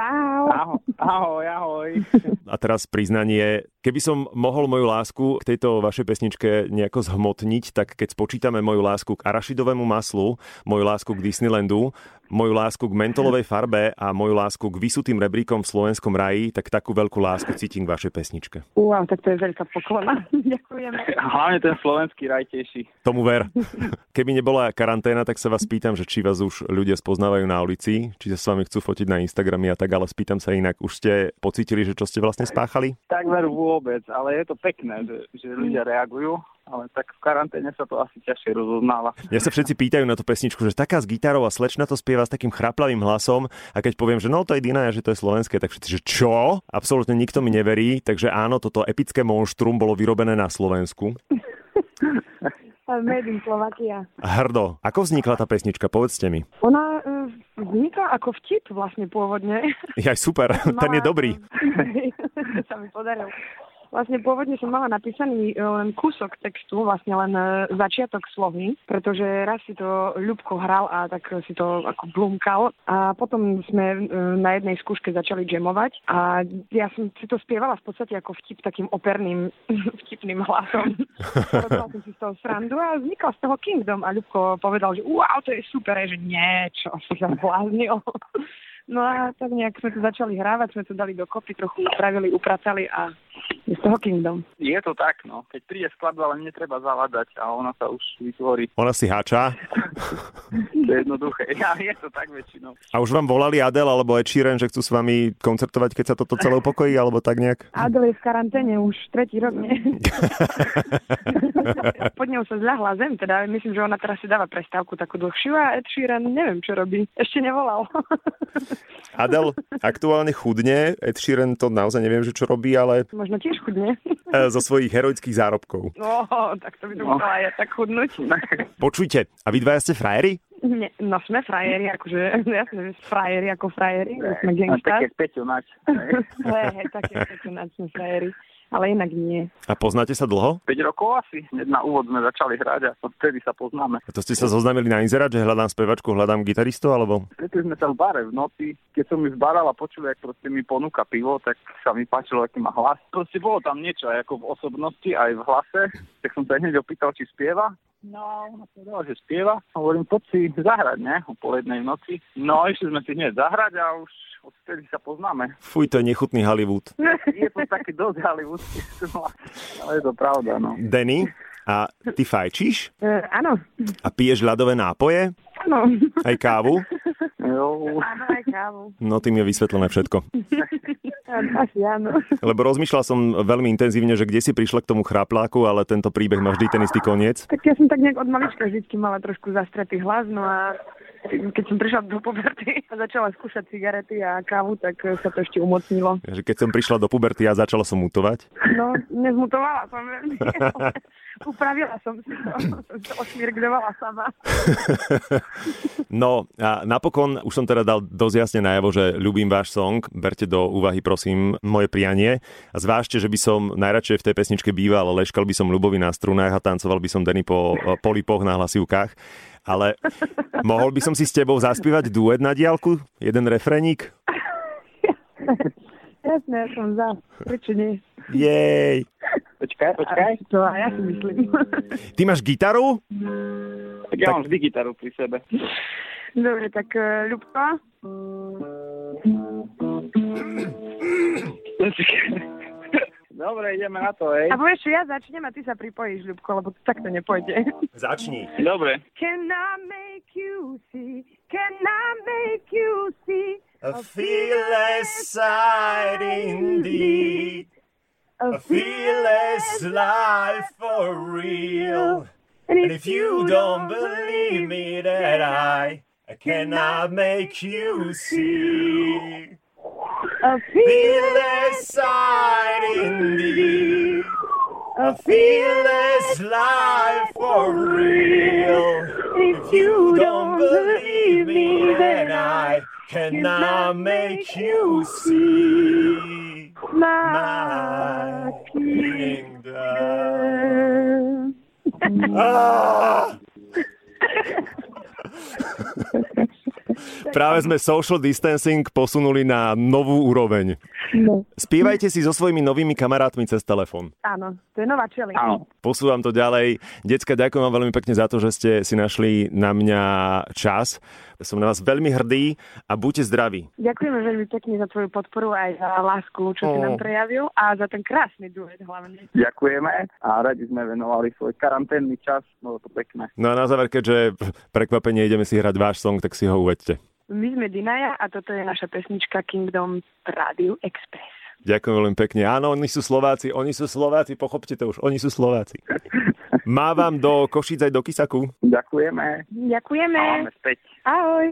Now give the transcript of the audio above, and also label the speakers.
Speaker 1: Čau.
Speaker 2: Ahoj, ahoj, ahoj.
Speaker 3: A teraz priznanie, keby som mohol moju lásku k tejto vašej pesničke nejako zhmotniť, tak keď spočítame moju lásku k arašidovému maslu, moju lásku k Disneylandu, moju lásku k mentolovej farbe a moju lásku k vysutým rebríkom v slovenskom raji, tak takú veľkú lásku cítim k vašej pesničke.
Speaker 1: Wow, tak to je veľká poklona. Ďakujeme.
Speaker 2: Hlavne ten slovenský rajtejší.
Speaker 3: Tomu ver. Keby nebola karanténa, tak sa vás pýtam, že či vás už ľudia spoznávajú na ulici, či sa s vami chcú fotiť na Instagramy a tak, ale spýtam sa inak, už ste pocítili, že čo ste vlastne spáchali?
Speaker 2: Takmer vôbec, ale je to pekné, že, že ľudia reagujú, ale tak v karanténe sa to asi ťažšie rozoznáva.
Speaker 3: Ja sa všetci pýtajú na tú pesničku, že taká s gitarou a slečna to spieva s takým chraplavým hlasom a keď poviem, že no to je Dina, že to je slovenské, tak všetci, že čo? Absolútne nikto mi neverí, takže áno, toto epické monštrum bolo vyrobené na Slovensku.
Speaker 1: Made in Slovakia.
Speaker 3: Hrdo, ako vznikla tá pesnička, povedzte mi.
Speaker 1: Ona eh, vznikla ako vtip vlastne pôvodne.
Speaker 3: Jaj, super, ten
Speaker 1: Mala-
Speaker 3: je dobrý.
Speaker 1: sa mi podaril. Vlastne pôvodne som mala napísaný e, len kúsok textu, vlastne len e, začiatok slovy, pretože raz si to Ľubko hral a tak si to ako blúmkal a potom sme e, na jednej skúške začali jamovať a ja som si to spievala v podstate ako vtip takým operným vtipným hlasom. Robila som si z toho srandu a vznikla z toho Kingdom a Ľubko povedal, že wow, to je super, že niečo, som sa zbláznil. No a tak nejak sme to začali hrávať, sme to dali dokopy, trochu upravili, upratali a je z toho Kingdom.
Speaker 2: Je to tak, no. Keď príde skladba, len netreba zavadať a ona sa už vytvorí.
Speaker 3: Ona si háča.
Speaker 2: To je jednoduché. Ja, je to tak väčšinou.
Speaker 3: A už vám volali Adel alebo Ed Sheeran, že chcú s vami koncertovať, keď sa toto celé upokojí, alebo tak nejak?
Speaker 1: Adel je v karanténe už tretí rok, nie? Pod ňou sa zľahla zem, teda myslím, že ona teraz si dáva prestávku takú dlhšiu a Ed Sheeran neviem, čo robí. Ešte nevolal.
Speaker 3: Adel aktuálne chudne, Ed Sheeran to naozaj neviem, že čo robí, ale
Speaker 1: Možno tiež chudne.
Speaker 3: e, zo svojich heroických zárobkov.
Speaker 1: No, tak to by to
Speaker 2: No.
Speaker 1: musela aj ja tak chudnúť.
Speaker 3: Počujte, a vy dvaja ste frajeri?
Speaker 1: Nie, no sme frajeri, akože jasne, že frajeri ako frajeri, že sme
Speaker 2: A
Speaker 1: gangsters.
Speaker 2: tak jak Peťo Nač.
Speaker 1: Hej, hej, také, také náčne frajery. Ale inak nie.
Speaker 3: A poznáte sa dlho?
Speaker 2: 5 rokov asi. Hneď na úvod sme začali hrať a vtedy sa poznáme.
Speaker 3: A to ste sa zoznamili na inzerát, že hľadám spevačku, hľadám gitaristu, alebo?
Speaker 2: Stretli sme sa v bare v noci, keď som ju zbaral a počul, ak proste mi ponúka pivo, tak sa mi páčilo, aký má hlas. Proste bolo tam niečo, aj ako v osobnosti, aj v hlase, tak som sa hneď opýtal, či spieva. No, a ona povedala, že spieva. Hovorím, poď si zahrať, ne? O polednej noci. No, išli sme si hneď zahrať a už odtedy sa poznáme.
Speaker 3: Fuj, to je nechutný Hollywood.
Speaker 2: Je to také dosť hollywoodské, ale je to pravda, no.
Speaker 3: Danny, a ty fajčíš?
Speaker 1: E, áno,
Speaker 3: A piješ ľadové nápoje?
Speaker 1: áno.
Speaker 3: Aj kávu?
Speaker 2: Jo.
Speaker 1: Áno, aj kávu.
Speaker 3: No tým je vysvetlené všetko.
Speaker 1: Asi áno.
Speaker 3: Lebo rozmýšľal som veľmi intenzívne, že kde si prišla k tomu chrápláku, ale tento príbeh má vždy ten istý koniec.
Speaker 1: Tak ja som tak nejak od malička vždycky mala trošku zastretý hlas, no a keď som prišla do puberty a začala skúšať cigarety a kávu, tak e, sa to ešte umocnilo.
Speaker 3: Že keď som prišla do puberty a začala som mutovať.
Speaker 1: No, nezmutovala som veľmi. ale Upravila som si to. Som to osmirgľovala sama.
Speaker 3: No a napokon už som teda dal dosť jasne najavo, že ľubím váš song. Berte do úvahy, prosím, moje prianie. A zvážte, že by som najradšej v tej pesničke býval, leškal by som ľubovi na strunách a tancoval by som Denny po eh, polipoch na hlasivkách. Ale mohol by som si s tebou zaspievať duet na diálku? Jeden refrénik?
Speaker 1: Jasné, ja som za. Prečo nie?
Speaker 3: Jej!
Speaker 2: Počkaj, počkaj.
Speaker 1: To aj ja si myslím.
Speaker 3: Ty máš gitaru?
Speaker 2: Tak ja mám vždy gitaru pri sebe.
Speaker 1: Dobre, tak e, Ľubka.
Speaker 2: Dobre, ideme na to, hej.
Speaker 1: A povieš, čo ja začnem a ty sa pripojíš, Ľubko, lebo to takto nepôjde.
Speaker 3: Začni.
Speaker 2: Dobre.
Speaker 1: Can I make you see? Can I make you see?
Speaker 3: A fearless sight indeed.
Speaker 1: A
Speaker 3: fearless life for real. And if you don't believe me that I I cannot make you see
Speaker 1: A fearless,
Speaker 3: fearless sight in thee,
Speaker 1: a
Speaker 3: fearless life for real.
Speaker 1: If you don't believe me, then I
Speaker 3: that I cannot make you see my
Speaker 1: my
Speaker 3: kingdom.
Speaker 1: kingdom.
Speaker 3: Ah! Práve sme social distancing posunuli na novú úroveň.
Speaker 1: No.
Speaker 3: Spievajte si so svojimi novými kamarátmi cez telefón.
Speaker 1: Áno, to je nová čeli.
Speaker 2: Áno.
Speaker 3: Posúvam to ďalej. Decka, ďakujem vám veľmi pekne za to, že ste si našli na mňa čas. Som na vás veľmi hrdý a buďte zdraví.
Speaker 1: Ďakujeme veľmi pekne za tvoju podporu aj za lásku, čo si
Speaker 3: Ó.
Speaker 1: nám prejavil a za ten krásny duet hlavne.
Speaker 2: Ďakujeme a radi sme venovali svoj karanténny čas, bolo to pekné.
Speaker 3: No a na záver, keďže prekvapenie ideme si hrať váš song, tak si ho uvedte.
Speaker 1: My sme Dinaja a toto je naša pesnička Kingdom Radio Express.
Speaker 3: Ďakujem veľmi pekne. Áno, oni sú Slováci, oni sú Slováci, pochopte to už, oni sú Slováci. Mávam do Košíc aj do Kisaku.
Speaker 2: Ďakujeme
Speaker 1: Ďakujeme.
Speaker 2: a máme späť.
Speaker 1: Ahoj.